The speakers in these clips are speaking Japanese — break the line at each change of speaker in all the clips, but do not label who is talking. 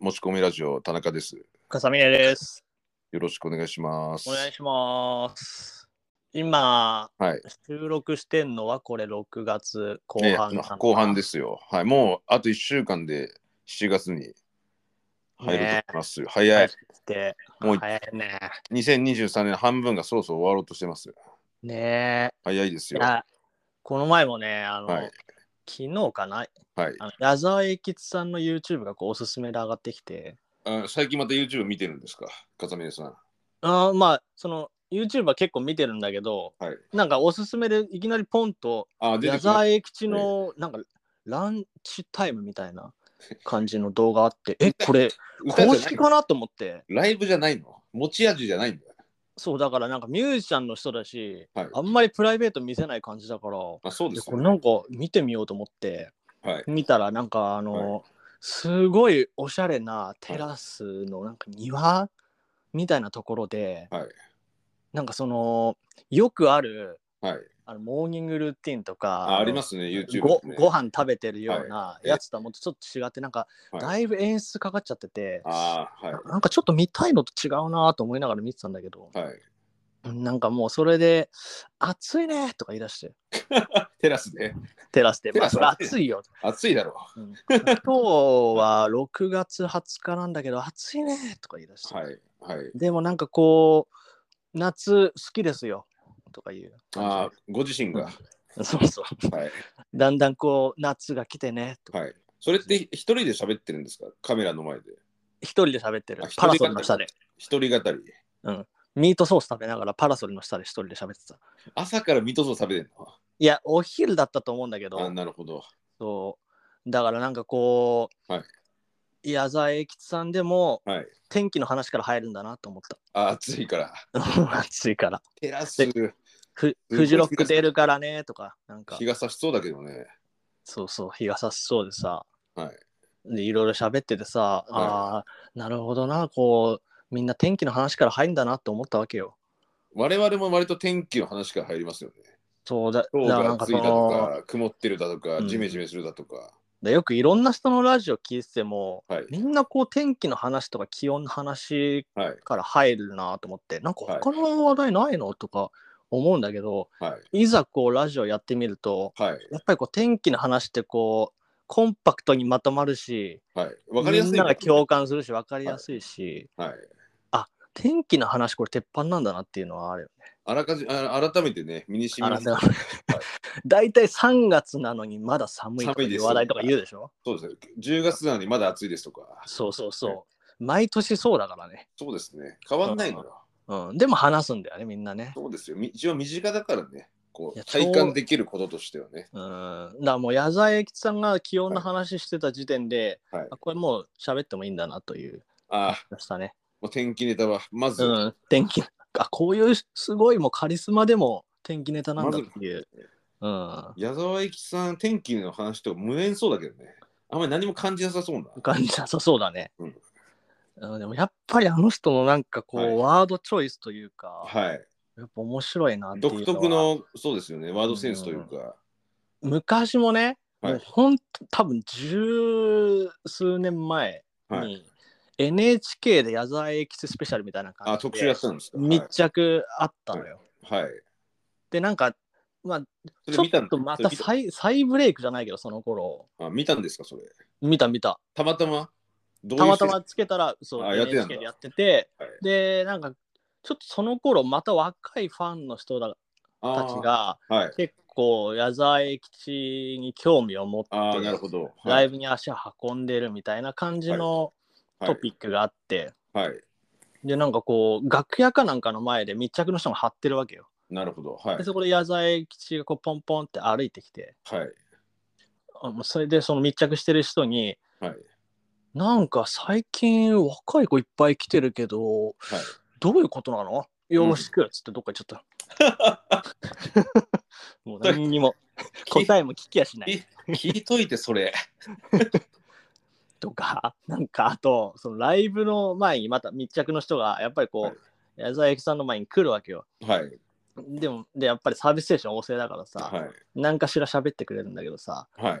持ち込みラジオ田中です。
かさみねです。
よろしくお願いします。
お願いします。今、
はい
収録してんのはこれ6月後
ね
半、
まあ後半ですよ。はい、もうあと1週間で7月に入ると思いますよ。早
早
い
く。て。
もう
早いね。
2023年の半分がそろそろ終わろうとしてますよ。
ね
早いです
え。い
よ。
やこの前もね、あの、
はい
昨日かな、
はい。
あの矢沢永吉さんの YouTube がこうおすすめで上がってきて、
あ最近また YouTube 見てるんですか風見さん。
あーまあ、その YouTube は結構見てるんだけど、
はい
なんかおすすめでいきなりポンと
あ、出て
矢
きま
沢永吉のなんかランチタイムみたいな感じの動画あって、え、これ
歌じゃ
公
ない
式かなと思って、
ライブじゃないの持ち味じゃないんだよ。
そうだからなんかミュージシャンの人だし、
はい
あんまりプライベート見せない感じだから、
あ、そうで
ですこ
よ
れ
ね。
なんか見てみようと思って、
はい。
見たらなんかあの、すごいおしゃれなテラスのなんか庭みたいなところで、
はい
なんかそのよくある
はい。
あのモーニングルーティンとか
あ、ありますすね、YouTube
ご
ね。
ご飯食べてるような
え
やつとはもうちょっと違ってなんか
はい
だいぶ演出かかっちゃってて、
あー、は
なんかちょっと見たいのと違うなと思いながら見てたんだけど、
い。はい。
なんかもうそれで「暑いね」とか言い出して
テラスで。
テラスで「
テラ
まあ、
ス
それ暑い よ」
暑いだろ
うん今日は6月20日なんだけど暑いね」とか言い出し
う。
て、
はい。はい。
でもなんかこう「夏好きですよ」とか言う
あー、ご自身が。
そうそう
はい。
だんだんこう夏が来てねとか、
はい。それって一人で喋ってるんですかカメラの前で。
一人で喋ってる
あ一人
パラソルの下で
一人語り。
ミートソース食べながらパラソルの下で一人で喋ってた
朝からミートソース食べてる
いやお昼だったと思うんだけど
のあ、なるほど。
そうだからなんかこう、
はい
矢沢永吉さんでも
はい。
天気の話から入るんだなと思っ
あ暑いから。
た 暑いから
テラス、
フ
ごい
フジロック出るからねとかなんか
日が差しそうだけどね。
そうそう日が差しそうでさ、、
はい
でいろいろ喋っててさ、ああなるほどなこうみんな天気の話から入るんだなと思ったわけよ
我々も割と天気の話から入りますよね。
そうだ
今日
だから
が
なんか
暑
そ
いだと
の
か、曇ってるだとか
う、ん
ジメジメするだとか。
でよくいろんな人のラジオ聞いてても
はい。
みんなこう天気の話とか気温の話
はい。
から入るなと思ってなんか他の話題ないのとか思うんだけど
はい。
いざこうラジオやってみると
はい。
やっぱりこう天気の話ってこうコンパクトにまとまるし
はい。わかりやすい
みんなが共感するし分かりやすいし、
はい。
天気の話これ鉄板なんだなっていうのはあるよね。
あらかじあ改めてね、身にしみ
あ
ます。
なた大体3月なのにまだ寒いとかいう話題とか言うでしょ
そうですね。10月なのにまだ暑いですとか。
そうそう
は
そう。毎年そうだからね。
そうですね。変わんないのよ。
うん、でも話すんだよねみんなね。
そうですよ。み一応身近だからね、こ
いうや
体感できることとしてはね。
うん、だからもう矢沢永吉さんが気温の話してた時点で、
はい
あこれもう喋ってもいいんだなという
ああ、
ましたね。
もう天気ネタは、まず、
うん、天気あこういうすごいもうカリスマでも天気ネタなんだっていう。うん
矢沢永吉さん、天気の話と無縁そうだけどね。あんまり何も感じなさそうな。
感じなさそうだね。
うん
うん、でもやっぱりあの人のなんかこう、
はい
ワードチョイスというか、
はい。
やっぱ面白いなっていうの
独
は
特の、そうですよね、ワードセンスというか。
昔もね、
はい
もうほんと多分十数年前に、
はい。
NHK で矢沢永吉スペシャルみたいな感じで
あ、特集やってたんですか。
密着あったのよ。
はい。はい
でなんかまあ
そ
ち
れ
ょ
見た
っ
ん
とま
そ
た
れ見
再再ブレイクじゃないけどその頃
あ見たんですか、それ。
見た見た
たまたまどういう
たまたまつけたらそう
あやってたんだ
NHK でやってて、
はい
でなんかちょっとその頃また若いファンの人た
あ
ち
ー
が
はい。
結構矢沢永吉に興味を持って
ああ、なるほど。はい
ライブに足を運んでるみたいな感じのトピックがあって、
はい。はい。
でなんかこう楽屋かなんかの前で密着の人が張ってるわけよ。
なるほど。はい
で。そこで矢沢永吉がこうポンポンって歩いてきて
はい。
あもうそれでその密着してる人に
はい。
なんか最近若い子いっぱい来てるけど
はい。
どういうことなのよろしくっつってどっか行っち ゃった。もう何にも答えも聞きやしない
き聞いといて、それ。
とか、なんかあと、そのライブの前にまた密着の人が、やっぱりこう、矢沢永吉さんの前に来るわけよ。
はい。
でも、で、やっぱりサービスステーション旺盛だからさ、
はい。
なんかしら喋ってくれるんだけどさ、
は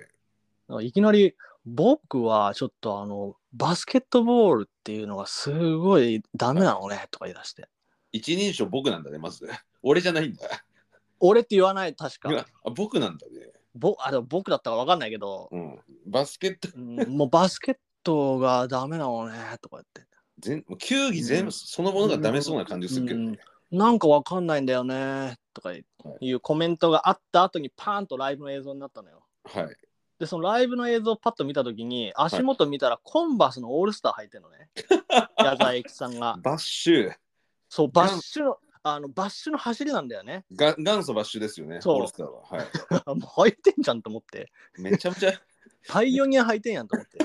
い。
いきなり、僕はちょっとあの、バスケットボールっていうのがすごいダメなのねとか言い出して。
一人称僕なんだね、まず。 俺じゃないんだ。
俺って言わない、確
いや
か。
あ僕なんだね。
ぼあでも僕だったかわかんないけど、
うん。バスケット
うんもうバスケットがダメなのねとか言って。
全、もう球技全
うん
部そのものがダメそうな感じするけど
うん
ね。
なんかわかんないんだよねとかいうコメントがあった後にパーンとライブの映像になったのよ。
はい。
で、そのライブの映像をパッと見たときに、足元見たらコンバースのオールスター履いてるのね。 矢沢永吉さんが。
バッシュ。
そう、バッシュの、あの、バッシュの走りなんだよね。
が元祖バッシュですよね、
そう
オールスターは。はい。
もう履いてんじゃんと思 って。
めちゃめちゃ。
パイオニア履いてんやんと思って。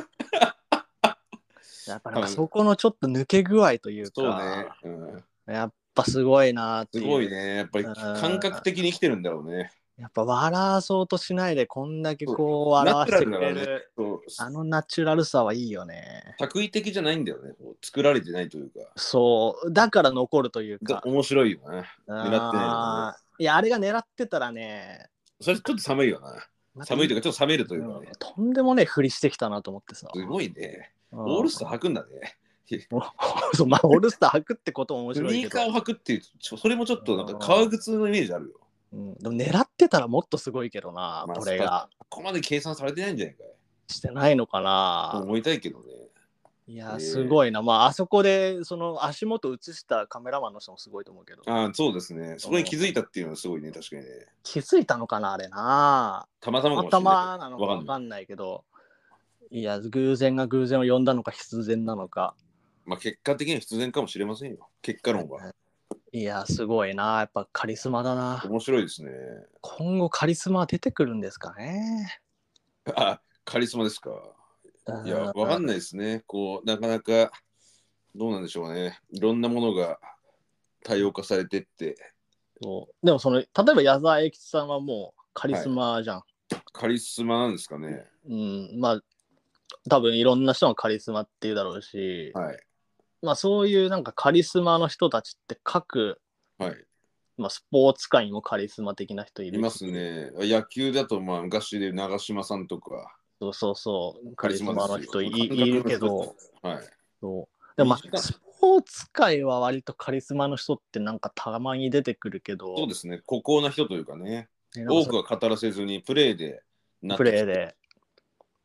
やっぱなん
は
か
い
そこのちょっと抜け具合という
そう
か
ね、。うん。
やっぱすごいなって
す
いう
ごいね。やっぱり感覚的に生きてるんだろうね。
やっぱ笑そうとしないでこんだけこう笑わせてく
ナチ
れ
ュラルだか
る、
そう
あのナチュラルさはいいよね。
作為的じゃないんだよね。こう作られてないというか。
そう、だから残るというか。
面白いよね。狙ってないよね
あーいや、あれが狙ってたらね、
それちょっと寒いよな。寒いというか、ちょっと冷めるというかね。
とんでもねえふりしてきたなと思ってさ。
すごいね。
うん
オールスター履くんだね。
そうまあ、オールスター履くってことも面
ス
白い
ニ
け
ーカー
ど
を、履くっていう、ちょそれもちょっとなんか革靴のイメージあるよ。
うん、でも狙ってたらもっとすごいけどな、
まあ
これが
ここまで計算されてないんじゃないかい。
してないのか
と
な、
思いたいけどね。
い
え
や
ー
すごいなまああそこでその足元映したカメラマンの人もすごいと思うけど
ああ、そうですね。そこに気づいたっていうのはすごいね、確かにね。
気づいたのかなあれな
たまたまかもしれ
頭なのか
わか
分
んない。
かんないけどいや偶然が偶然を呼んだのか必然なのか
まあ結果的には必然かもしれませんよ。結果論は。
いやすごいなやっぱカリスマだな
面白いですね。
今後カリスマは出てくるんですかね
あ、カリスマですか。いや、わかん
い
ないですね。こう、なかなか、どうなんでしょうね。いろんなものが多様化されてって、
そうでもその例えば矢沢永吉さんはもうカリスマじゃん、
カリスマなんですかね。
うんまあ多分いろんな人がカリスマっていうだろうし、
はい。
まあそういうなんかカリスマの人たちって各、
はい。
まあ、スポーツ界にもカリスマ的な人いる
いますね。野球だと、まあ、昔で長嶋さんとか、
そうそうそう
カ
カリ
リ
ス
ス
マ
マ
の
です
人
よ
い
感覚の
いるけ
人
ど
ですはい。
そうでもま
身
あ
近
スポーツ界は割とカリスマの人ってなんかたまに出てくるけど
そうですね。孤高な人というかね、
ねなんか
多
そ
くは語らせずに、プレーでなっ
プ
て
レーで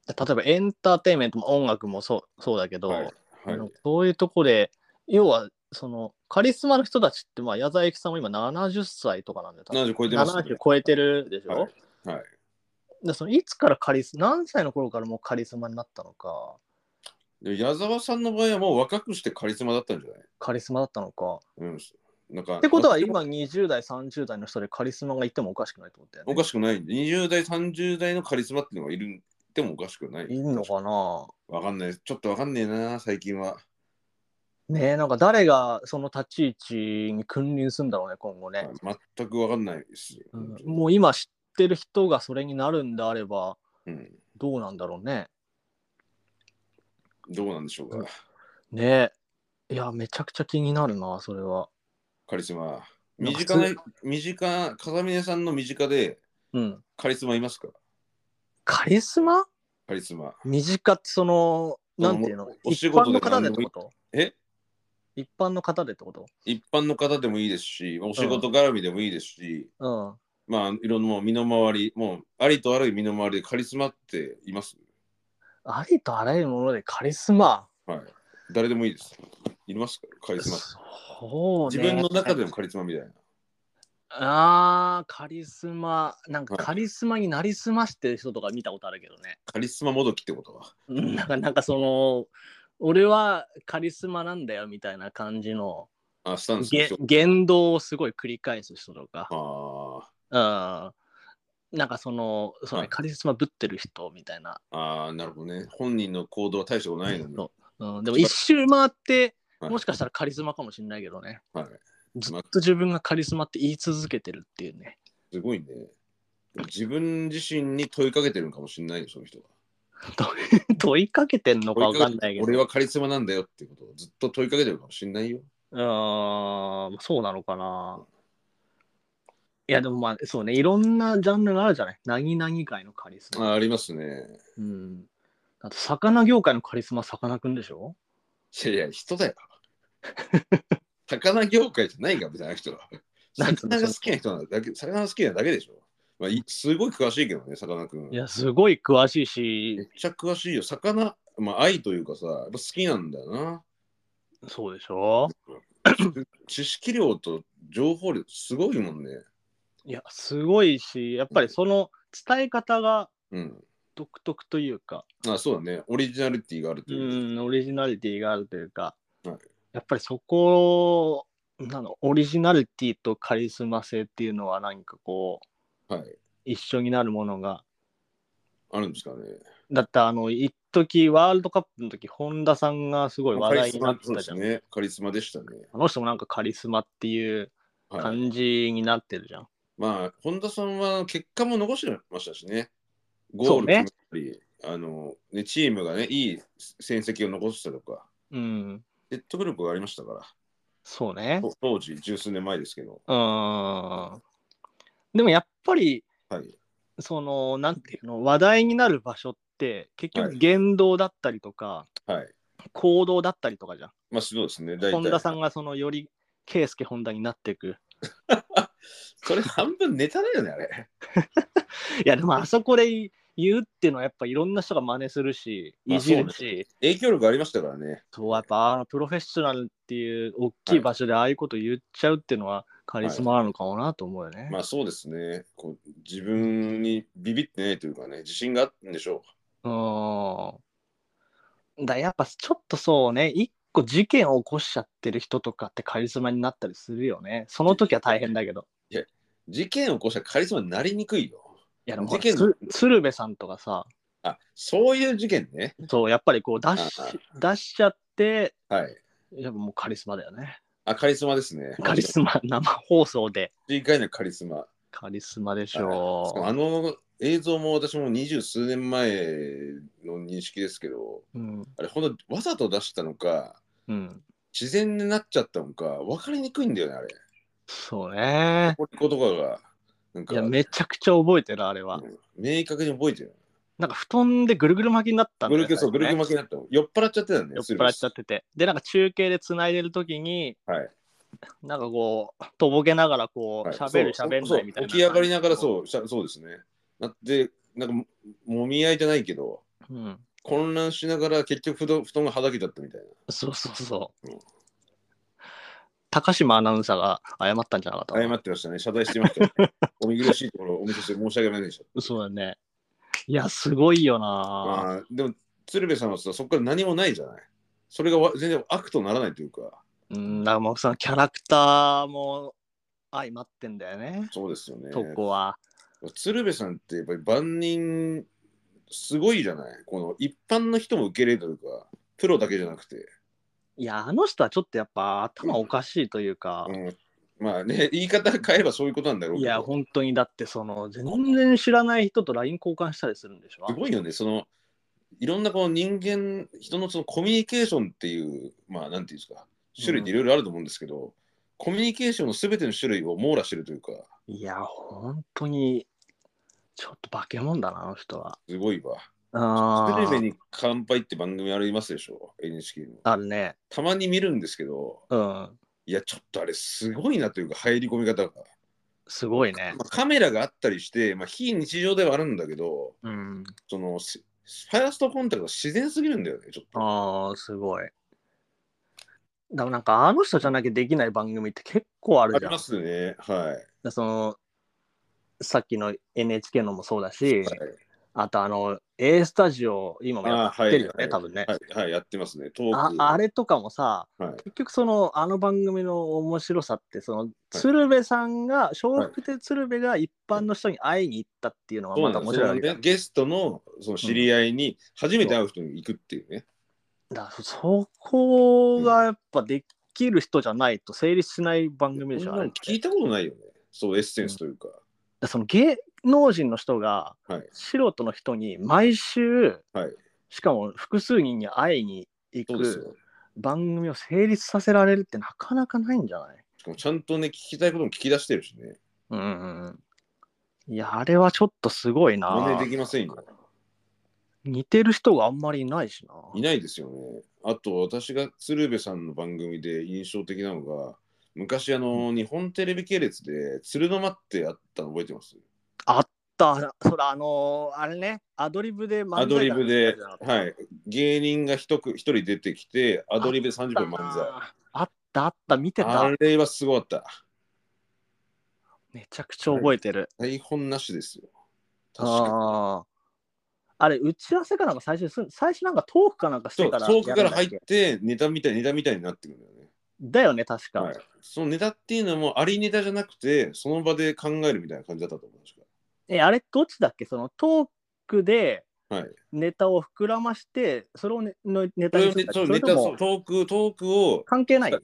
例えばエンターテインメントも音楽もそうそうだけど、
はい。はい
なんかそういうとこで要はそのカリスマの人たちって、まあ、矢沢永吉さんも今70歳とかなんで多分
70超えてますね
70超えてるでしょ、
はいはい
でそのいつからカリス何歳の頃からもうカリスマになったのか
で矢沢さんの場合はもう若くしてカリスマだったんじゃない
カリスマだったのか
うん。なんか
ってことは今20代30代の人でカリスマがいてもおかしくないと思ったよね
おかしくない。20代、30代のカリスマっていうのがいるでもおかしくない。
いんのかな
わかんない。ちょっとわかんねえな、最近は。
ねえなんか誰がその立ち位置に君臨するんだろうね今後ね、
はい全くわかんないです。
うんもう今知ってる人がそれになるんであれば
うん
どうなんだろうね
どうなんでしょう
うん
か。
ねえいやめちゃくちゃ気になるなそれは
カリスマ。
な
身
んか
近な、身近、風峰さんの身近で
うん
カリスマいますか
カリスマ
カリスマ。
身近ってそのなんていうの
そのお
一
仕
般
事で
の方でってこと
え
一般の方でってこと
一般の方でもいいですし、お仕事絡みでもいいですし、
うん
まあ、いろんなもう身の回り、もうありとあらゆる身の回りでカリスマっています
ありとあらゆるものでカリスマ。
はい。誰でもいいです。いますかカリスマって。
そう
自
ね。
分の中でもカリスマみたいな。
ああ、カリスマ。なんか
はい
カリスマになりすましてる人とか見たことあるけどね。
カリスマもどきってことは。
うんなんか、なんかその、俺はカリスマなんだよみたいな感じの
あ、スタンス
げ言動をすごい繰り返す人とか、
あ
うん、なんかそのその、
はい
カリスマぶってる人みたいな、
ーあー、なるほどね。本人の行動は大したことないのに。
そううん、でも一周回って、
はい
もしかしたらカリスマかもしれないけどね。
はい。
ずっと自分がカリスマって言い続けてるっていうね。
すごいね。自分自身に問いかけてるのかもしれないよ、その人は。
問いかけてんのかわ
問い
か
か
ん
け
ない
て
けど。
俺はカリスマなんだよっていうことをずっと問いかけてるかもしれないよ。
うーん、そうなのかな。いや、でもまあ、そうね、いろんなジャンルがあるじゃない。何々界のカリス
あ
マ。
ーありますね。
うん。あと、魚業界のカリスマ、さかなクンでしょ
いやいや、人だ よ。魚業界じゃないから、別にあの人は。
なんかね
魚が好きな人なだけ、魚が好きなだけでしょ。まあ、いすごい詳しいけどね、さかなクン。
いや、すごい詳しい
めっ
し、
ちゃ詳しいよ。魚、まあ、愛というかさ、やっぱ好きなんだよな。
そうでしょ
知識量と情報量、すごいもんね。
いや、すごいし、やっぱりその伝え方が
うん。
独特というか、
あ、そうだね。オリジナリティがあると
う
いうか。
ん、オリジナリティがあるというか、
はい
やっぱりそこなの、オリジナリティとカリスマ性っていうのは、何かこう、
はい。
一緒になるものが。
あるんですかね。
だって、あの、一時ワールドカップの時本田さんがすごい話題になって
そう
た
で
じ
す
ゃん。
ね。カリスマでしたね。
あの人もなんかカリスマっていう
はい。
感じになってるじゃん。
まあ、本田さんは結果も残してましたしね。
そ
ゴー
う
ル
ね
決めたり、あの、ね、チームがね、いい成績を残したとか、
うん。
説得力がありましたから、
そうね。
と当時、十数年前ですけど、
うーん。でもやっぱり、
はい、
その、なんていうの、話題になる場所って、結
は
局
い
言動だったりとか、
はい。
行動だったりとかじゃん。
まあ、そうですね、大体。
本田さんがその、より、圭介本田になっていく。
それ半分ネタだよね、あ れ。
いや、でもあそこで言うっていうのは、やっぱいろんな人が真似するし、
まあ
いじるし。
影響力ありましたからね。
そうやっぱあのプロフェッショナルっていう大きい場所でああいうこと言っちゃうっていうのはカリスマなのかもなと思うよね。
まあ、そうですね。こう自分にビビってないというかね、自信があったんでしょ
うん。だからやっぱちょっとそうね一個事件を起こしちゃってる人とかってカリスマになったりするよね。その時は大変だけど。
う。事件を起こしたらカリスマになりにくいよ。
いやでも
事件
ほらつ鶴瓶さんとかさ
あ、そういう事件ね。
そうやっぱりこう出し
あ
出しちゃって
はい。
やっぱもうカリスマだよね。
あ、カリスマですね。
カリスマ生放送で
一回のカリスマ。
カリスマでし
しかも
ょ
あの映像も私も二十数年前の認識ですけど、
う。うん
あれ、ほんとわざと出したのか、
うん
自然になっちゃったのか、分かりにくいんだよね、あれ。
そうね。
これとかが、なん
い
か、
や、めちゃくちゃ覚えてる、あれは。
うん明確に覚えてる。
なんか布団でぐるぐる巻きになったん
ぐ
だよ
るぐる、そう、ぐ
最
るぐ
初
る巻きに
ね
なったの。酔っ払っちゃってたね。
酔っ払っちゃってて。で、なんか中継でつないでる時に、
はい
なんかこう、とぼけながらこう、
はい
喋る、
そう
喋ん
そ
な
う
いみたいな。
起き上がりながらそう、しゃそうですね。なって、なんかも、もみ合いじゃないけど、
う。うん。
混乱しながら結局布団布団がはだけちゃったみたいな。
そうそうそう
うん。
高島アナウンサーが謝ったんじゃなかった
謝ってましたね。謝罪してました、 ね。お見苦しいところ、お見せして申し訳ないでした。
そうだね。いや、すごいよな、
まあ、でも、鶴瓶さんはさ、そこから何もないじゃない。それがわ全然悪とならないというか、
うん、だからもうそのキャラクターも相まってんだよね。
そうですよね。
とこは。
鶴瓶さんってやっぱり万人すごいじゃないこの一般の人も受け入れるというかプロだけじゃなくて、
いや、あの人はちょっとやっぱ頭おかしいというか。
うん、まあね 言い方変えればそういうことなんだろう
い
けど
や、本当にだって、その、全然知らない人と LINE 交換したりするんでしょ
すごいよねそのいろんなこの人間人のそのコミュニケーションっていうまあなんていうんですか種類っていろいろあると思うんですけど、コミュニケーションの全ての種類を網羅してるというか
いや、本当に、ちょっと化け物だな、あの人は。
すごいわ
あ
鶴瓶
ー
に乾杯って番組ありますでしょ NHK の
あるね。
たまに見るんですけど
うん。
いやちょっとあれすごいなというか入り込み方が
すごいね
ま。あ、カメラがあったりして、まあ、非日常ではあるんだけど、
うん。
そのしファーストコンタクトが自然すぎるんだよね、ちょっと。
ああ、すごい。だからなんか、あの人じゃなきゃできない番組って結構あ
あ
るじ
り
ゃん。だ
ま
か
すね、はい。
らその、さっきの NHK のもそうだし、あとあの、A スタジオ、今もや
あ
っ
ーはい
てるよ
は
ね、
い
多分ね。
はい、はい、やってますね、トー
あ
ク。
あれとかもさ、
はい
結局そのあの番組の面白さってその鶴瓶さんが笑福亭鶴瓶が一般の人に会いに行ったっていうのが
そう
ま
な
た
んで
面
す
白いわけ
よ
だ
ね。ゲストのその知り合いに初めて会う人に行くっていうね。
だからそこがやっぱできる人じゃないと成立しない番組でし
そ
ょ、
ん
あ
な
れっ
の
て
聞いたことないよね、そう、エッセンスというか。
だからその芸能人の人が
はい
素人の人に毎週、
はい
しかも複数人に会いに行
そうです
く
よ。
番組を成立させられるってなかなかないんじゃない
しかもちゃんとね、聞きたいことも聞き出してるしね。
うんうんうんいや、あれはちょっとすごいな。
真似できませんよ。
似てる人があんまりいないしな。
いないですよね。あと私が鶴瓶さんの番組で印象的なのが昔あの日本テレビ系列で鶴の間ってあったの覚えてます
あった、そら、あのーあれね、アドリブで漫才
アドリブで
やってたじゃん
はい芸人が一く一人出てきてアドリブで30分漫才
あった、あった、見て
あ
た。
れはすごかった
めちゃくちゃ覚えてる。
台本なしですよ確か
ああ。あれ、打ち合わせかなんか最初にすん、最初なんかトークかなんかし
そ
て
う
から。
遠くから入っ。てネタみたいネタみたいになってくるんだよね
だよね、確か。
はい、そのネタっていうのもありネタじゃなくてその場で考えるみたいな感じだったと思うんですけ
え、あれ、どっちだっけそのトークで
どはい
ネタを膨らまして、それをねのネ
そ
タ
れ
に
を
す
ね
るんだっ
そ
け
う
そ
ネ
れ
タ
と
そう
も
トークトークを
関係ない。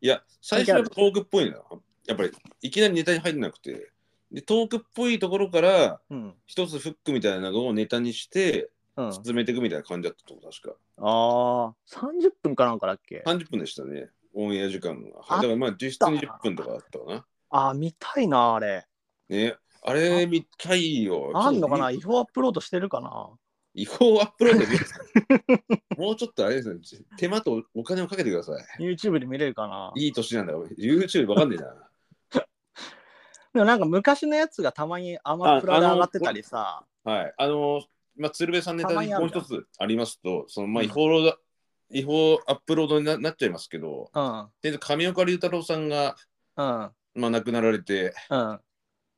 いや最初はやっぱトークっぽいのよやっぱりいきなりネタに入ってなくてでトークっぽいところから
うん。
一つフックみたいなのをネタにして
うん、あ
進めていくみたいな感じだったと思う確か
あ、30分かなんかだっけ
30分でしたねオンエア時間が
あ
だからまあ実質20分とかだったかな
ああ、見たいな、あれ。
ねあれ見たいよ
あんのかな
ちょっ
違法アップロードしてるかな
と違法アップロードでもうちょっとあれですね手間とお金をかけてくださ
?YouTube で見れるかない
いい年なんだから YouTube わかんねえな
でもなんか昔のやつがたまにアマプラで上がってたりさ。
はい、あのーまあ、鶴瓶さんネタにもう一
たまにある
つありますと、そのまあ
うん
違法ロード、違法アップロードにななっちゃいますけど、
うん。
で上岡龍太郎さんが、
うん。
まあ、亡くなられて、
うん。
あ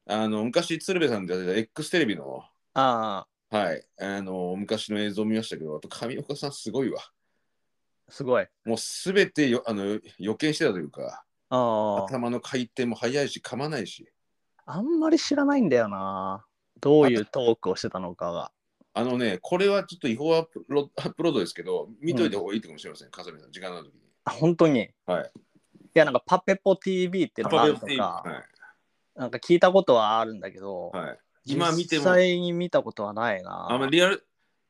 の昔、鶴瓶さんでやってた X テレビの、
ああ、
はい、あのー昔の映像を見ましたけど、やっぱ上岡さんすごいわ。
すごい。
もうすべてよあの予見してたというか、
ああ。
頭の回転も速いし、噛まないし、
あんまり知らないんだよな。どういうトークをしてたのかが。
あのね、これはちょっと違法アップロアップロードですけど、見といた方がいいかもしれません、笠見さん、時間のある時に。
あ本当に。
はい
いや、なんかパペポ TV っていうのがあると
いい
か、
はい
なんか聞いたことはあるんだけど、
はい、今見ても
実際に見たことはないな。
あんまりリアル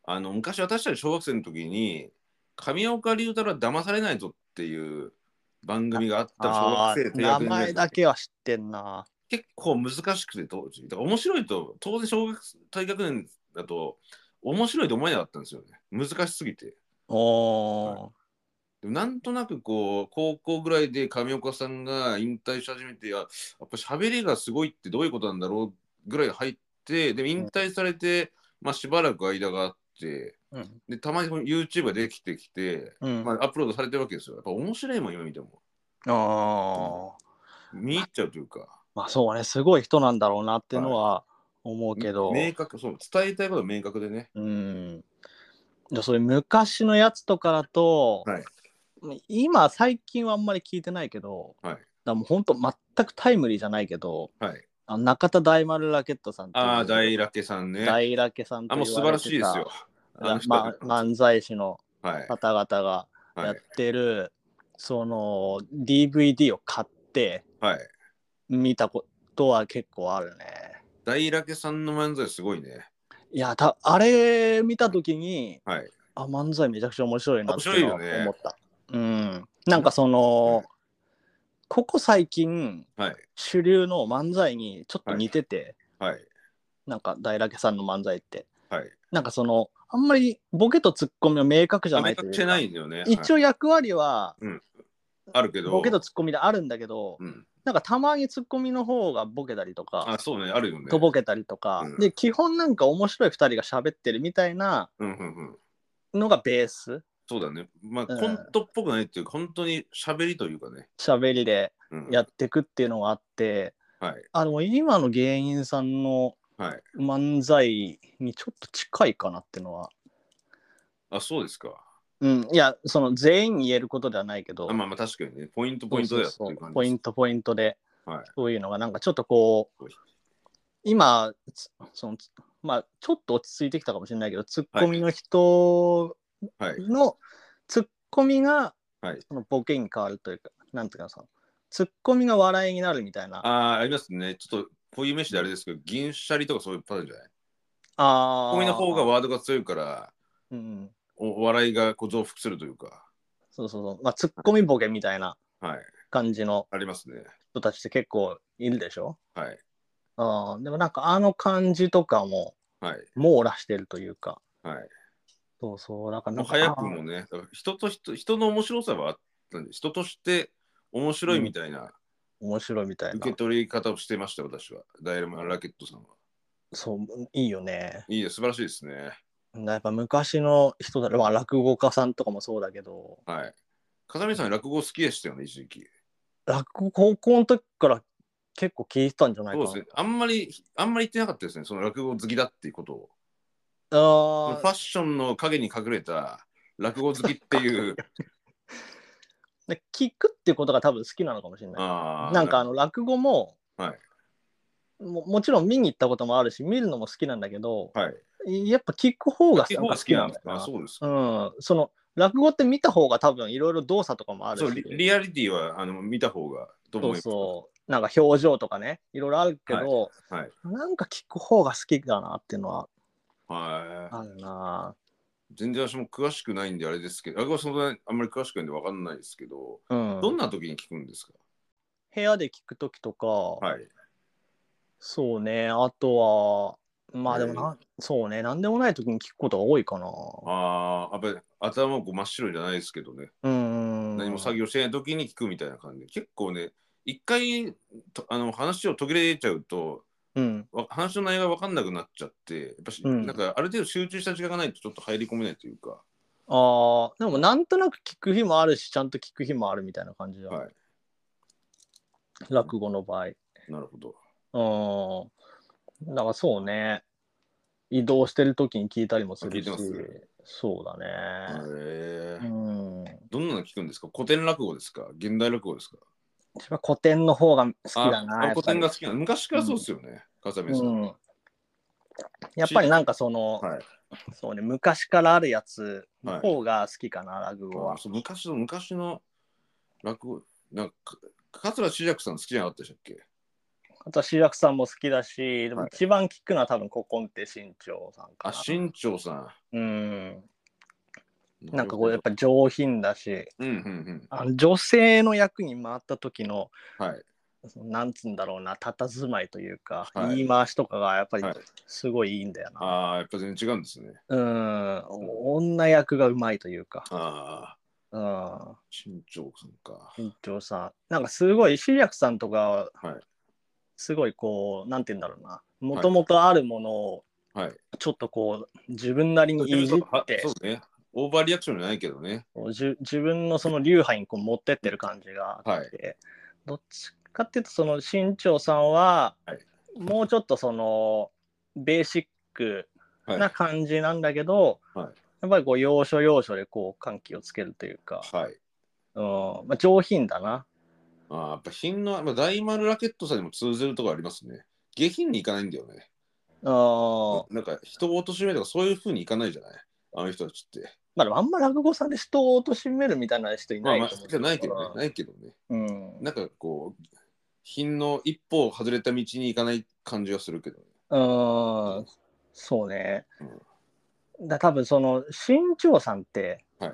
あの昔私たち小学生の時に上岡龍太郎は騙されないぞっていう番組があった小
あ
学生
ー
低
名
学年ぐらい
前
の時
だけは知ってんな。
結構難しくて当時だから面白いと当然小学低学年だと面白いと思えなかったんですよね難しすぎて
お
でもなんとなくこう高校ぐらいで上岡さんが引退し始めてあやっぱ喋りがすごいってどういうことなんだろうぐらい入ってでも引退されて、まあ、しばらく間があって
ー。うん。
でたまにこの YouTube ができてきて、
うん。
まあ、アップロードされてるわけですよやっぱ面白いもん今見ても
ああ。
見入っちゃうというか
まあそうね、すごい人なんだろうなっていうのは思うけど。
明確そう伝えたいことは明確でね
うん。じゃあそれ昔のやつとかだと、
はい
今最近はあんまり聞いてないけど、
はい
だからもう本当全くタイムリーじゃないけど、
はい
あの中田大丸ラケットさんっていう
ああ大ラケさんね
大ラケさん
あ
と
もう
言
素晴
われ
ら
て
しいです
た
よあの人
ま漫才師の
はい
方々がや
は
っ
い
てる、その DVD を買って
はい
見たことは結構あるね。
大ラケさんの漫才すごいね
いやたあれ見た時に
はい
あ漫才めちゃくちゃ面白いなっていうのは
面白いよね
思った、うんなんかその、ここ最近
はい
主流の漫才にちょっと似てて、
はい
なんか大ラケさんの漫才って
はい
なんかそのあんまりボケとツッコミは明確じゃな
明
いとい
確
うか
してないんだよね
一
応
応役割は
あるけど
ボケとツッコミであるんだけど、
うん
なんかたまにツッコミの方がボケたりと
あ
か
そうねあるよね
とぼけたりとか、
うん
で基本なんか面白い2人が喋ってるみたいな
うんうんうん
のがベース
そうだねまあ
うん
コントっぽくないっていうか本当に喋りというかね
喋りで
うん
やってくっていうのがあって、
はい
あの今の芸人さんの
はい
漫才にちょっと近いかなってのは、
あそうですか
うん、いやその全員に言えることではないけど
あまあまあ確かにね、ポイントポイントだよって
そ
いうう
そ
感
う
じ
ポイントポイントで、
はい
そういうのがなんかちょっとこう今つそのつまあちょっと落ち着いてきたかもしれないけどツッコミの人
はい。
のツッコミが、
はい
そのボケに変わるというかなんていうかそのツッコミが笑いになるみたいな
ああ、ありますね。ちょっと、こういう飯であれですけど、銀シャリとかそういうパターンじゃない
あ
コミの方が、ワードが強いから、
うん、
おお笑いがこう増幅するというか、
そうそうそう、まあ、ツッコミボケみたいな
はい。
感じの
ありますね。
人たちって結構いるでしょ
はい。
あーでもなんかあの感じとかも
はい。
網羅してるというか
はい。
そうそう、だか
も
らな
うん
か
早くもね、だから人と人人の面白さはあったんで、人として面白いみたいな
面白いみたいな
受け。取り方をしてました、私は。ダイヤモンドラケットさんは。
そう、いいよね。
いいです、素晴らしいですね。
やっぱ昔の人だ、まあ、落語家さんとかもそうだけど、
はい。風見さん、落語好きでしたよね、一時期。
落語高校の時から結構聞いてたんじゃない
そう
か
で
な。
すね。あんまり、あんまり言ってなかったですね、その落語好きだっていうことを。フ
あ
ァ
あ
ッションの影に隠れた落語好きって いう。
で聞くっていうことが多分好きなのかもしれない。
あー
なんかあ、の落語も、
はい
ももちろん見に行ったこともあるし見るのも好きなんだけど、
はい。
やっぱ聞く方が
結構好きなんですか。あ
そ
そうですか。
うん、その落語って見た方が多分いろいろ動作とかもあるし
そうリ、リアリティはあの見た方がと思いま
そう
す。
そうなんか表情とかねいろいろあるけど、
はいはい
なんか聞く方が好きだなっていうのは
はい。
あるな、
全然私も詳しくないんであれですけど、落語そんなにあんまり詳しくないんでわかんないですけど、
うん、
どんな時に聞くんですか
部屋で聞く時とか、
はい。
そうねあとはまあでもな、そうねなんでもない時に聞くことが多いかな
ああ、やっぱり頭をこう真っ白じゃないですけどね、
うん
何も作業してない時に聞くみたいな感じで、結構ね、一回とあの話を途切れちゃうと、
うん
わ話の内容が分かんなくなっちゃって、やっぱし、
うん
なんかある程度集中した時間がないとちょっと入り込めないというか、
あーでもなんとなく聞く日もあるしちゃんと聞く日もあるみたいな感じだ、
はい
落語の場合
なるほど。
うん。だからそうね。移動してる時に聞いたりもするし。
聞いてます
そうだ
へ
ね。
え
うん。
どんなの聞くんですか古典落語ですか現代落語ですか
自分は古典の方が好きだ
あ
な。やっ
古
ぱ
典
り
が好きなの昔からそうですよね、笠見さん。
うん。やっぱりなんかその、
はい
そうね、昔からあるやつ
は
の
い
方が好きかな、落語
あ
は。
そう昔の昔の落語、なんか桂志尺さん好きじゃなかったでしたっけ
あとは志らくさんも好きだし、で
は
も
い
一番聞くのは多分古今亭新潮さん
あ、
かな。
新潮さ
うん。
ん。
なんかこうやっ
ぱ
ぱ上品だし、
うんうん
あの女性の役に回った時の、
うん。はい。
そのなんつうんだろうな、佇まいというか、
はい
言い回しとかがやっぱり
はい
すごいいいんだよな。
ああ、やっぱ全然違うんですね。
うん、女役がうまいというか、
ああ、
うん、
新潮さんか。
緊張さん。なんかすごい、志らくさんとか、
はい
すごいこう、なんて言うんだろうな、もともとあるものを、
はい
ちょっとこう、自分なりにいじって
そう、ね。オーバーリアクションじゃないけどね。
こうじゅ自分のその流派にこう持ってってる感じがあって、どっちかっていうとその新潮さんは、
はい
もうちょっとそのベーシック
はい。
な感じなんだけど、
はいはい
やっぱりこう要所要所でこう緩急をつけるというか、
はい。
うんまあ、上品だな。
あーやっぱ品の、まあ、大丸ラケットさんにも通ずるところありますね。下品にいかないんだよね。
うん
なんか人を貶めとかそういうふうにいかないじゃないあの人たちって。
まあ、でもあんま落語さんで人を貶めるみたいな人い
ま
な
あ
い
まあ、じゃないけどね。ないけどね。
うん
なんかこう、品の一歩外れた道に行かない感じがするけどね。
うん、そうね。だ多分その新潮さんって、
はい。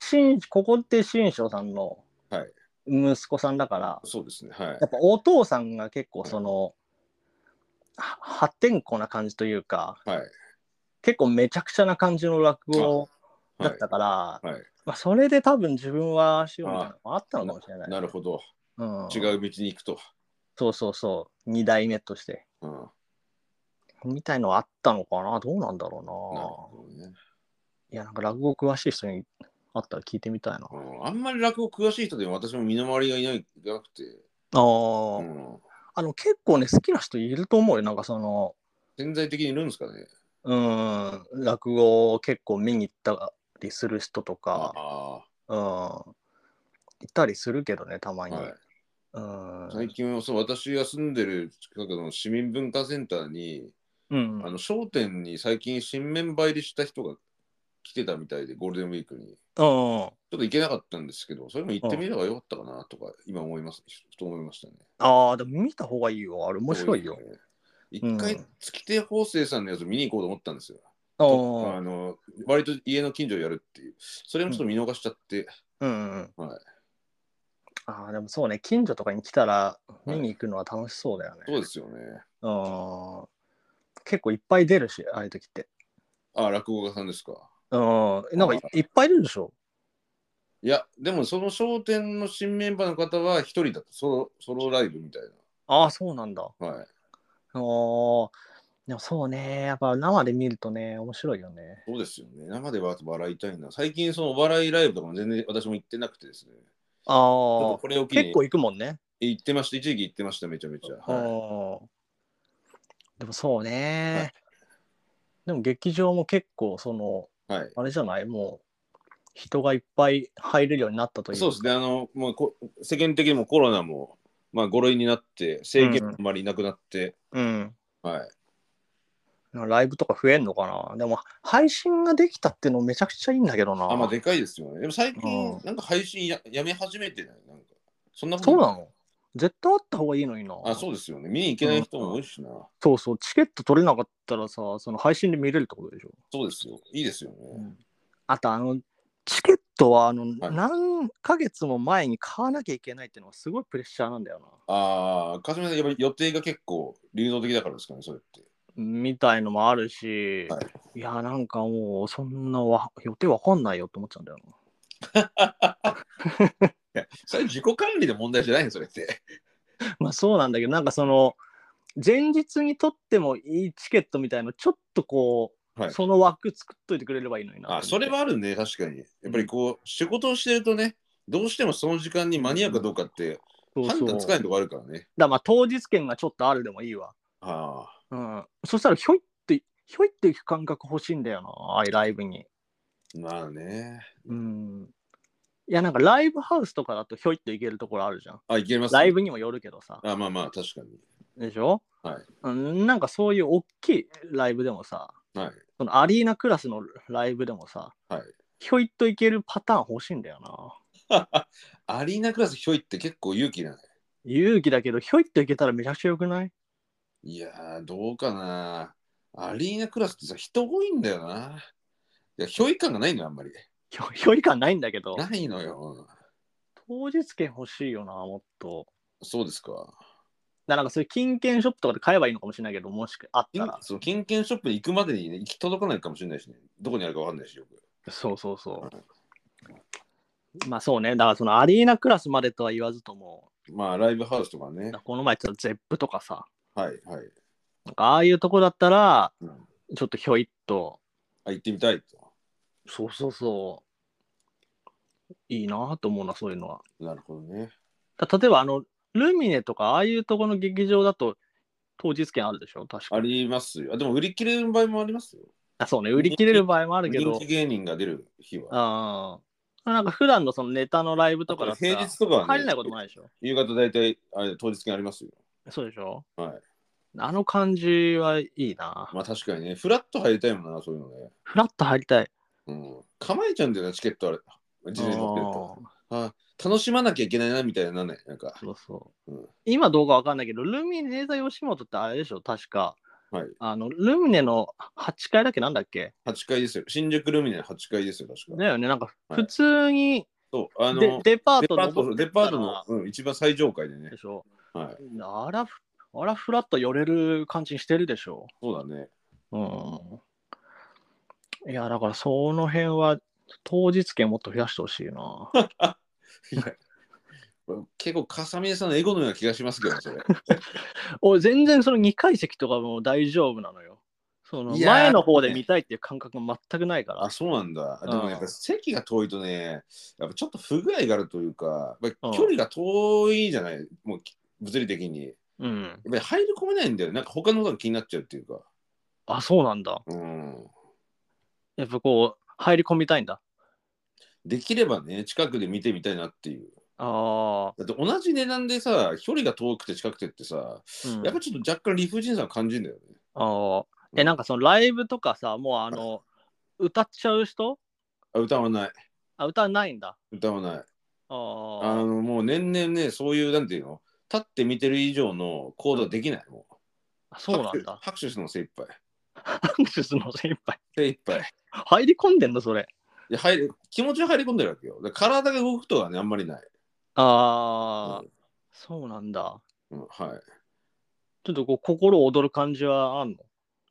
新ここって新潮さんの
はい
息子さんだから、
そうですね。はい
や。っぱお父さんが結構その、は破天荒な感じというか
はい。
結構めちゃくちゃな感じの落語だ
は
ったから、
い。はい、
まあ、それで多分自分はしようみたいなのもあったのかもしれない。
なるほど。
うん、
違う道に行くと。
そうそうそう2代目として
うん。なる
みたいのはあったのかなどうなんだろ
ほどね。
うないやなんか落語詳しい人に会ったら聞いてみたいな。あ
うんあんまり落語詳しい人でも私も身の回りがいない、いなくて。
ー、
うん。
あの結構ね好きな人いると思うよなんかその
潜在的にいるんですかね。
うん落語を結構見に行ったりする人とか
あ
うんいたりするけどねたま
あ。
に、
はい。
うん
最近はそう私が住んでる近くの市民文化センターに、
うん
あの商店に最近新メンバー入りした人が来てたみたいでゴールデンウィークに
うん
ちょっと行けなかったんですけどそれも行ってみればよかったかなとか今思いますふと思いましたね
ああでも見た方がいいよあれ面白いよ
そうですね一回月亭方正さんのやつ見に行こうと思ったんですよ、
うん
あの割と家の近所でやるっていうそれもちょっと見逃しちゃって、
うんうん
はい
ああ、でもそうね、近所とかに来たら
い
見に行くのは楽しそうだよね。
そうですよね
うん結構いっぱい出るし、ああいう時って。
あ落語家さんですか
うん。なんかいいっぱいいるでしょ。
いや、でもその商店の新メンバーの方は一人だと、ソロソロライブみたい
ああ、そうなんだ。あ
な。はい。
あ。でもそうね。やっぱ生で見るとね、面白いよね。
そうですよね。生でわ笑いたいな。最近そのお笑いライブとかも全然私も行ってなくてですね。ちょっ
あ
とこれを
あ。
機に
結構行くもんね。
行ってました。一時期行ってました、めちゃめちゃ。はい
うんでもそうね、
はい
でも劇場も結構その
はい。
あれじゃないもう人がいっぱい入れるようになったという
そうですね。あの、まあ、こ世間的にもコロナも、まあ、5類になって、制限もあんまりなくなって、
うん、
はい。
ライブとか増えんのかなでも配信ができたっていうのめちゃくちゃいいんだけどな
あ、まあ、でかいですよね。でも最
う
近
ん、
なんか配信ややめ始めてない。なんか、そんなこと
そうなの絶対あった方がいいのにな
あ、そうですよね。見に行けない人も多いしな。
そうそうチケット取れなかったらさその配信で見れるってことでしょ、
そうですよ。いいですよね。
あとあのチケットはあの、
はい
何ヶ月も前に買わなきゃいけないっていうのがすごいプレッシャーなんだよな
ああ、かすみさん、やっぱり予定が結構流動的だからですかね、それって。
みたいのもあるし、、
はい
や、なんかもう、そんなわ予定わかんないよって思っちゃうんだよな。
それ自己管理で問題じゃないの、それって。
まあそうなんだけど、なんかその、前日に取ってもいいチケットみたいの、ちょっとこう、
はい
その枠作っといてくれればいいのになと思
あ
って。
それはあるね、確かに。やっぱりこう、仕事をしてるとね、どうしてもその時間に間に合うかどうかって、
そう
判
そう
断つかないとこあるからね。
だからまあ当日券がちょっとあるでもいいわ。
ああ。
うん。そしたら、ひょいって、ひょいっていく感覚欲しいんだよな、ああいうライブに。
まあね。
うん。いや、なんかライブハウスとかだとひょいっていけるところあるじゃん。
あ、いけます、
ライブにもよるけどさ。
あまあまあ、確かに。
でしょ、
はい
うん、なんかそういう大きいライブでもさ、
はい
そのアリーナクラスのライブでもさ、
はい
ひょいっといけるパターン欲しいんだよな。
アリーナクラスひょいって結構勇気だね。
勇気だけど、ひょいっといけたらめちゃくちゃよくない
いやー、どうかな。アリーナクラスってさ、人多いんだよな。いや、ひょい感がないのよ、あんまり。
ひょ ひょい感ないんだけど、
ないのよ。
当日券欲しいよな、もっと。
そうですか。
だからなんかそういう金券ショップとかで買えばいいのかもしれないけど、もしあった
金
ら。
その金券ショップに行くまでに、ね、行き届かないかもしれないしね。どこにあるかわかんないしよく。
そうそうそう。まあそうね、だからそのアリーナクラスまでとは言わずとも、
まあ、ライブハウスとかね。
この前言ってたゼップとかさ、
はいはい。
なんかああいうとこだったら、
うん
ちょっとひょいっと
あ、行ってみたいと。
そうそうそう。いいなと思うな、そういうのは。
なるほどね。
た例えば、あの、ルミネとか、ああいうとこの劇場だと、当日券あるでしょ確か
あ
に。
りますよ。あでも売り切れる場合もありますよ。
あそうね、売り切れる場合もあるけ
人
ど
気、芸人が出る日は。
ああなんか普段のそのネタのライブとかだった
平
ら、
日とかは、ね、
入れないこともないでしょ
夕方大体あれ当日券ありますよ。
そうでしょ
はい。
あの感じはいいな。
まあ確かにね、フラット入りたいもんな、そういうのね。
フラッと入りたい。
うん。構えちゃうんだよな、チケットあれ。事前に持ってると。
ああ
あ楽しまなきゃいけないな、みたいなのなんない。なんか。
そうそう。
うん
今どうかわかんないけど、ルミネ座吉本ってあれでしょ確か。
はい。
あの、ルミネの8階だっけなんだっけ
8階ですよ。新宿ルミネの8階ですよ、確か。
だよね、なんか
はい
普通に
そう、あの、
デデパー
デ
ト
パートの
登っ
デ
てった
パ
ら
ートの、うん、一番最上階でね
で。しょ。
はい。
あら、ふあらフラッと寄れる感じにしてるでしょ。
そうだね。
うん。いや、だからその辺は当日券もっと増やしてほしい な。
いや結構、かさみさんのエゴのような気がしますけど、そ れ。
俺、全然その2階席とかも大丈夫なのよ。その
いやー
前の方で見たいっていう感覚も全くないか
あ、
ら。
そうなんだ。でも
うん
ねやっぱ席が遠いとね、やっぱちょっと不具合があるというか、やっぱ
うん
り距離が遠いじゃない、もうき物理的に。やっ
うん。
ぱり入り込めないんだよね。なんか他のことが気になっちゃうっていうか。
あ、そうなんだ。
うん。
やっぱこう、入り込みたいんだ。
できればね、近くで見てみたいなっていう。
あ
だ
あ。
って同じ値段でさ、距離が遠くて近くてってさ、
うん
やっぱちょっと若干理不尽さを感じるんだよね。
ああ。え、なんかそのライブとかさ、もうあの、歌っちゃう人
あ歌わない。
あ、歌わないんだ。
歌わない。
あ
あ
ー
の、もう年々ね、そういう、なんていうの、立って見てる以上の行動はできない。もう
あ、そうなんだ。
拍手拍手するの精一杯。
アンシスの精一杯。
精一杯。
入り込んでんの、それ。
いや入る気持ちは入り込んでるわけよ。だから体が動くことはね、あんまりない。
ああ、
うん
そうなんだ。
うん、はい。
ちょっとこう、心躍る感じはあんの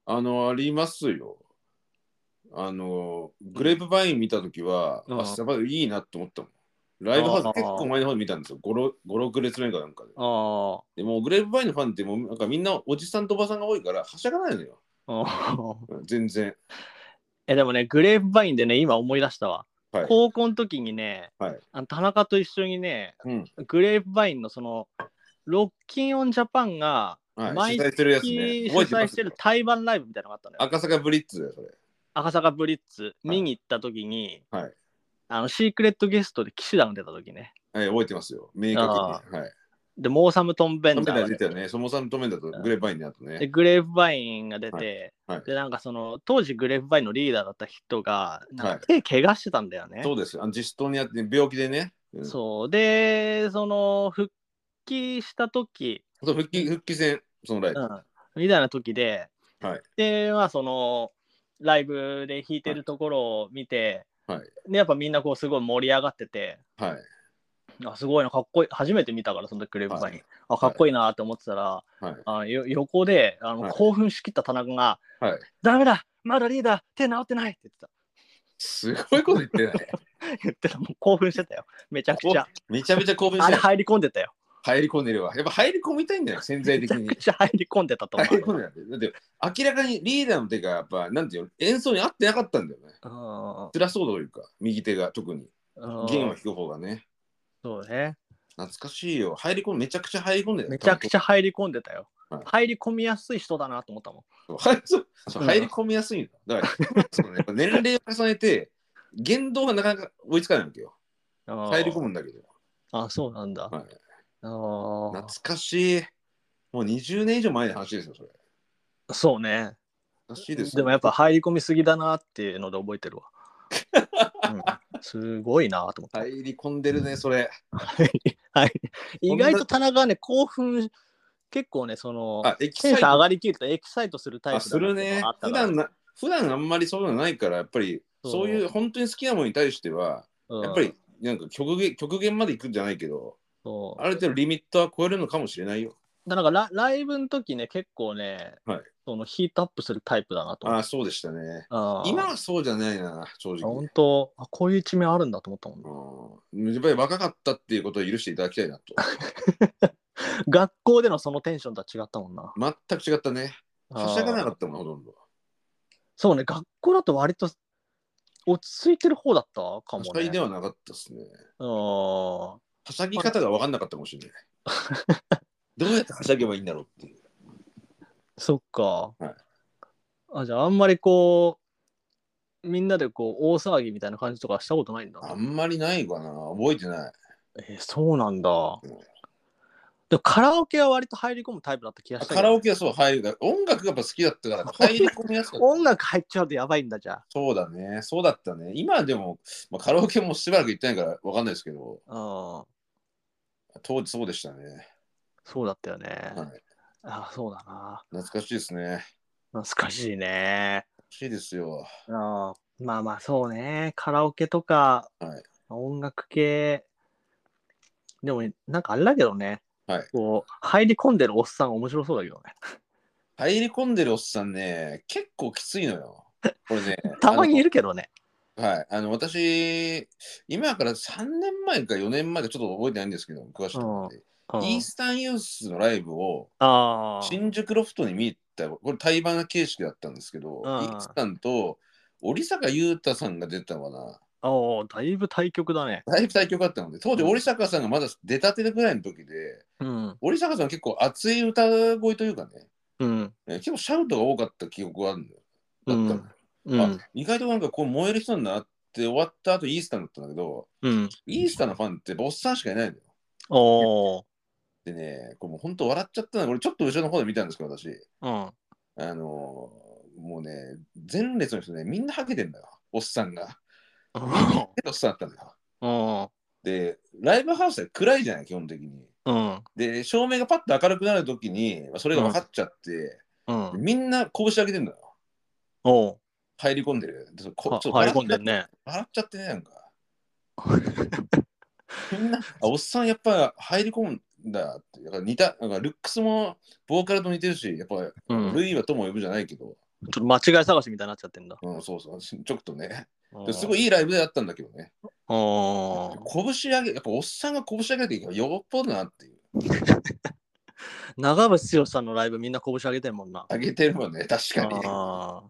あの、ありますよ。あの、グレープバイン見たときは、
うん
あ、サバいいなって思ったもん。ライブハウス
あー
結構前の方で見たんですよ。5、6列目かなんかで。
あ
でも、グレープバインのファンってもうなんかみんなおじさんとおばさんが多いから、はしゃがないのよ。
あ。
うん全然。
え、でもね、グレープバインでね、今思い出したわ。
はい
高校の時にね、
はい
あの田中と一緒にね、
うん
グレープバインのその、ロッキンオンジャパンが
は
毎
い。主催
月
してるやつ
主
ね。覚えてま
催し
す
てる対バンライブみたいなのがあったのよ。
赤坂ブリッツだよ、それ。
赤坂ブリッツ見に行った時に、
はい
あのシークレットゲストで騎士団が出た時ね。
はい、覚えてますよ。明確
あ
に。はい。
で、モーサム・トンベ
ト
ン
メ
ダ
ダ
ー
出たよね。そもそもトメダとグレープバインにあった
で
ね。
グレープバインが出て、
はいはい
でなんかその当時グレープバインのリーダーだった人がな
は
んか手怪我してたんだよね。
そうです。あの自主トにあって、病気でね。うんそう
そうでその復帰した時、
復帰、復帰戦、そのライ
う
ブ。
ん、みたいな時で、
はい
でまあそのライブで弾いてるところを見て、
はい
でやっぱみんなこうすごい盛り上がってて
はい。
あすごいなかっこいい初めて見たからその時グレープバイン、
はい
あかっこいいなって思ってたら、
はい。
あよ横であの、
はい
興奮しきった田中が「
はい
ダメだまだリーダー手治ってない!」って言ってた。
すごいこと言って ない。
言ってたもう興奮してたよ。めちゃくちゃ。
めちゃめちゃ興奮し
あ
て
れ
る
入り込んでたよ。
入り込んでるわ。やっぱ入り込みたいんだよ、潜在
め
的
ちゃ
に
く。ちゃ入り込んでたと思
入り込ん
う。
でるだって、明らかにリーダーの手が、やっぱ、なんていうの、演奏に合ってなかったんだよね。
うん
辛そうというか、右手が特に。
うん
弦を弾く方がね。
そうね。
懐かしいよ。入り込む、めちゃくちゃ入り込んでる。
めちゃく
ゃ。
ちゃ入り込んでたよ
はい。
入り込みやすい人だなと思ったもん。
はいそうそう
うん
入り込みやすいんだ。だから、 そうね、やっぱ年齢を重ねて、言動がなかなか追いつかないわけよ。
うん
入り込むんだけど。
あ、そうなんだ。
はい
あ
懐かしい。もう20年以上前の話ですよ、それ。
あそうね。
懐かしいですよ
でもやっぱ入り込みすぎだなっていうので覚えてるわ。うんすごいなと思った。
入り込んでるね、それ。
はい はい意外と田中はね、興奮、結構ね、その、
あ、エキ
テンション
ト
上がりきるとエキサイトするタイ
あ
プ
す
だな
る
っていうの
ね
があっ。た
普
から
段な普段あんまりそういうのないから、やっぱりそういう本当に好きなものに対しては、
うん
やっぱりなんか極限極限までいくんじゃないけど、
そう
ある程度リミットは超えるのかもしれないよ。
だからラライブの時ね、結構ね、
はい
そのヒートアップするタイプだなと思
あ
っ
あ、そうでしたね。
て。
今
あ
はそうじゃないな、正
ー
直
本。当あ、こういう一面あるんだと思ったもんね。
うん、やっぱり若かったっていうことを許していただきたいなと。
学校でのそのテンションとは違ったもんな。
全く違ったね。はしゃがなか
あー
ったもん、ほとんど。
そうね、学校だと割と落ち着いてる方だったか
は
も
しゃ
ね
いで。はなかったですね。
うん
はしゃぎ方が分かんなかったかもしれない。どうやってはしゃげばいいんだろうっていう。
そっか。
はい
あじゃあ、あんまりこう、みんなでこう大騒ぎみたいな感じとかしたことないんだ。
あんまりないかな、覚えてない。
えーそうなんだ。
ん
でもカラオケは割と入り込むタイプだった気がしたけど
カラオケはそう入るが音楽がやっぱ好きだったから入り込みやすかった。
音楽入っちゃうとやばいんだじゃ
そうだね、そうだったね。今でも、まあ、カラオケもしばらく行ってないからわかんないですけど、
あ。うん。
当時そうでしたね。
そうだったよね。
はい、
ああ、そうだな。
懐かしいですね。
懐かしいね。
懐かしいですよ。
あまあまあ、そうね。カラオケとか、
はい
音楽系。でも、なんかあれだけどね。
はい
こう、入り込んでるおっさん面白そうだけどね。
入り込んでるおっさんね、結構きついのよ。これね
、たまにい
る。
るけどね。
はい、あの私、今から3年前か4年前かちょっと覚えてないんですけど、詳しくはね
うん
イースタンユースのライブを、
ああ。
新宿ロフトに見に行ったこれ対バン形式だったんですけど、
うん
イースタンと織坂優太さんが出たのか
ああ、だいぶ対局だね。
なだいぶ対局あったので当時
うん
織坂さんがまだ出たてぐらいの時で
うん。
織坂さんは結構熱い歌声というかね
うん。
えー結構シャウトが多かった記憶があるのよ
う
だっ。
んう
たの、
ん
あ。意外となんかこう燃える人なんだなって終わった後イースタンだったんだけど
うん。
イースタンのファンっておっさんしかいないのよ
おー。
でねこれもう本当笑っちゃったのこれちょっと後ろの方で見たんですけど私
うん。
あのーもうね、前列の人ね、みんなハゲてんだよ、おっさんが。おっさんだったんだよ。
うん。
で、ライブハウスは暗いじゃない、基本的に。
うん。
で、照明がパッと明るくなるときに、まあそれが分かっちゃって、
うん。
みんな拳上げてんだよ。
おう
入り込んでる。でそこ
は
ちょっと
入り込んでんね。
笑っちゃってね、なんか。 みんな、あおっさんやっぱ入り込んだって。だから似た、なんかルックスもボーカルと似てるし、やっぱ、
うん
ルイは友を呼ぶじゃないけど、
っと間違い探しみたいになっちゃってんだ。
うん、そうそう、しちょっとね。
う
で
ん
すごいいいライブだったんだけどね。
うん
拳上げ、やっぱおっさんが拳上げてよっぽどなっていう。
長渕剛さんのライブみんな拳上げてんもんな。
上げてるもんね、確かに。あ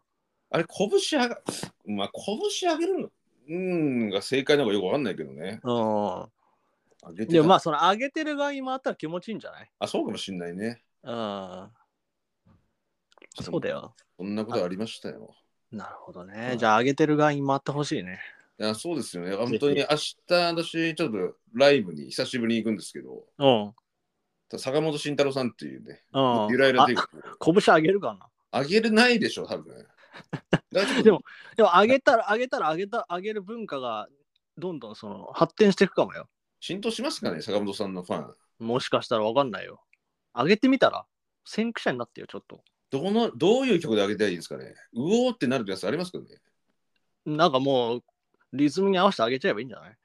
あ
れ、拳上が、まあ、拳上げるの、うん、が正解なのかよくわかんないけどね。
ーう
上げ
ん。
てた
でもまあ、その上げてる側に回ったら気持ちいいんじゃない
あ、そうかもしんないね。
うん。そうだよ。
そんなことありましたよ。
なるほど
は
ね。
い
じゃあ上げてる側に回ってほしいね。
いや、そうですよね。本当に明日、私、ちょっとライブに久しぶりに行くんですけど、
うん。
坂本慎太郎さんっていうね、
うん。
ゆらゆら
あ
帝国。
拳上げるかな
あげるないでしょ、多 分。だからちょっと
でもでも上げたら上げたら上げた上げる文化がどんどんその発展していくかもよ。
浸透しますかね、坂本さんのファン。
もしかしたらわかんないよ。上げてみたら先駆者になってよ、ちょっと。
どのどういう曲で上げたらいいですかねうおーってなるやつありますかね
なんかもうリズムに合わせて上げちゃえばいいんじゃない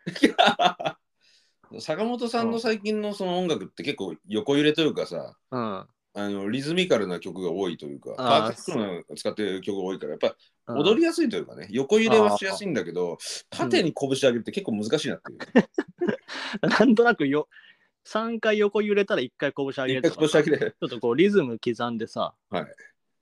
坂本さんの最近のその音楽って結構横揺れというかさ、
うん。うん
あのリズミカルな曲が多いというか、
あー
パーカッションを使ってる曲が多いから、やっぱ踊りやすいというかね、横揺れはしやすいんだけど、縦に拳上げるって結構難しいなっていう。
なんとなくよ3回横揺れたら1回拳上げる
一回
とか
拳上げる。
ちょっとこうリズム刻んでさ、
はい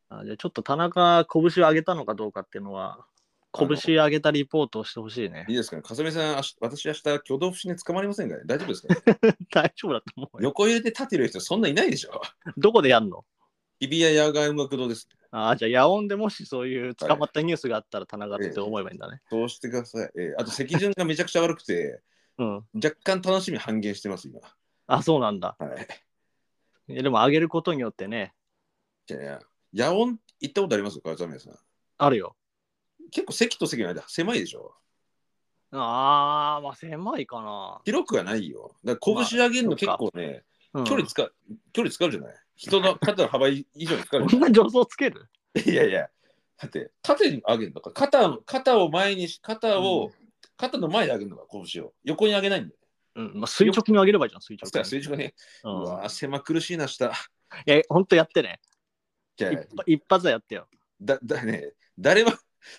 あじゃあちょっと田中拳を上げたのかどうかっていうのは
あの
拳上げたリポートをしてほしいね
い。いですかね。かすみさん、あし私明日挙動不審で捕まりませんかね大丈夫ですか、ね、
大丈夫だと思うよ。
横揺れて立てる人そんないないでしょ
どこでやんの
日比谷野外音楽堂です。
あじゃあ、野音でもしそういう捕まったニュースがあったら、田中って思えばいいんだね。
そうしてください。えーあと、席順がめちゃくちゃ悪くて、
うん。
若干楽しみ半減してます、今。
あ、そうなんだ。
はい。
いやでも、上げることによってね、
じゃあね、野音行ったことありますか、川上さん。
あるよ。
結構席と席の間、狭いでしょ
あー、まあ、狭いかな。
広くはないよ。だから拳上げるの結構ね、
うん
距離使う、距離使うじゃない人の肩の幅以上に使うじ
こ
ゃ
ん
な
な助走つける
いいやいや、だって、縦に上げるのか、肩を肩を前にし、肩を、
うん
肩の前で上げるのか、拳を。横に上げないんだよ。
うん、まあ、垂直に上げればいいじゃん、垂
そした
直
ら
に。
垂直に、う
うん
わー、狭苦しいな、下。
いや、ほんとやってね。
じゃあ
一発一発でやってよ。
だ、だね、誰も、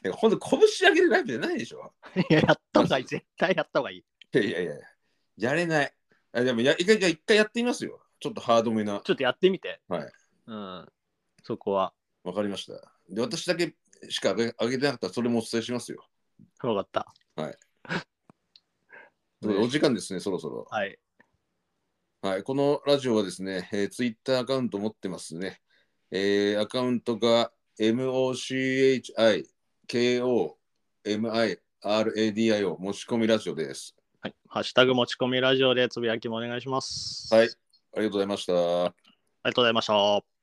なんかほんと拳上げるライブじゃないでしょ。
いや、やったほうがいい。絶対やったほうがいい。
いやいやいや、やれない。あでもや、一回、じゃあ一回やってみますよ。ちょっとハードめな。
ちょっとやってみて。
はい。
うん。そこは。
わかりました。で、私だけしか上げ上げてなかったら、それもお伝えしますよ。
よかった。ね
お時間ですね、そろそろ。
はい。
はい、このラジオはですね、えー、ツイッターアカウント持ってますね。えーアカウントが MOCHIKOMIRADIO 持ち込みラジオです。
はい。ハッシュタグ持ち込みラジオでつぶやきもお願いします。
はい
あり
ありがとうございました。
がとうございました。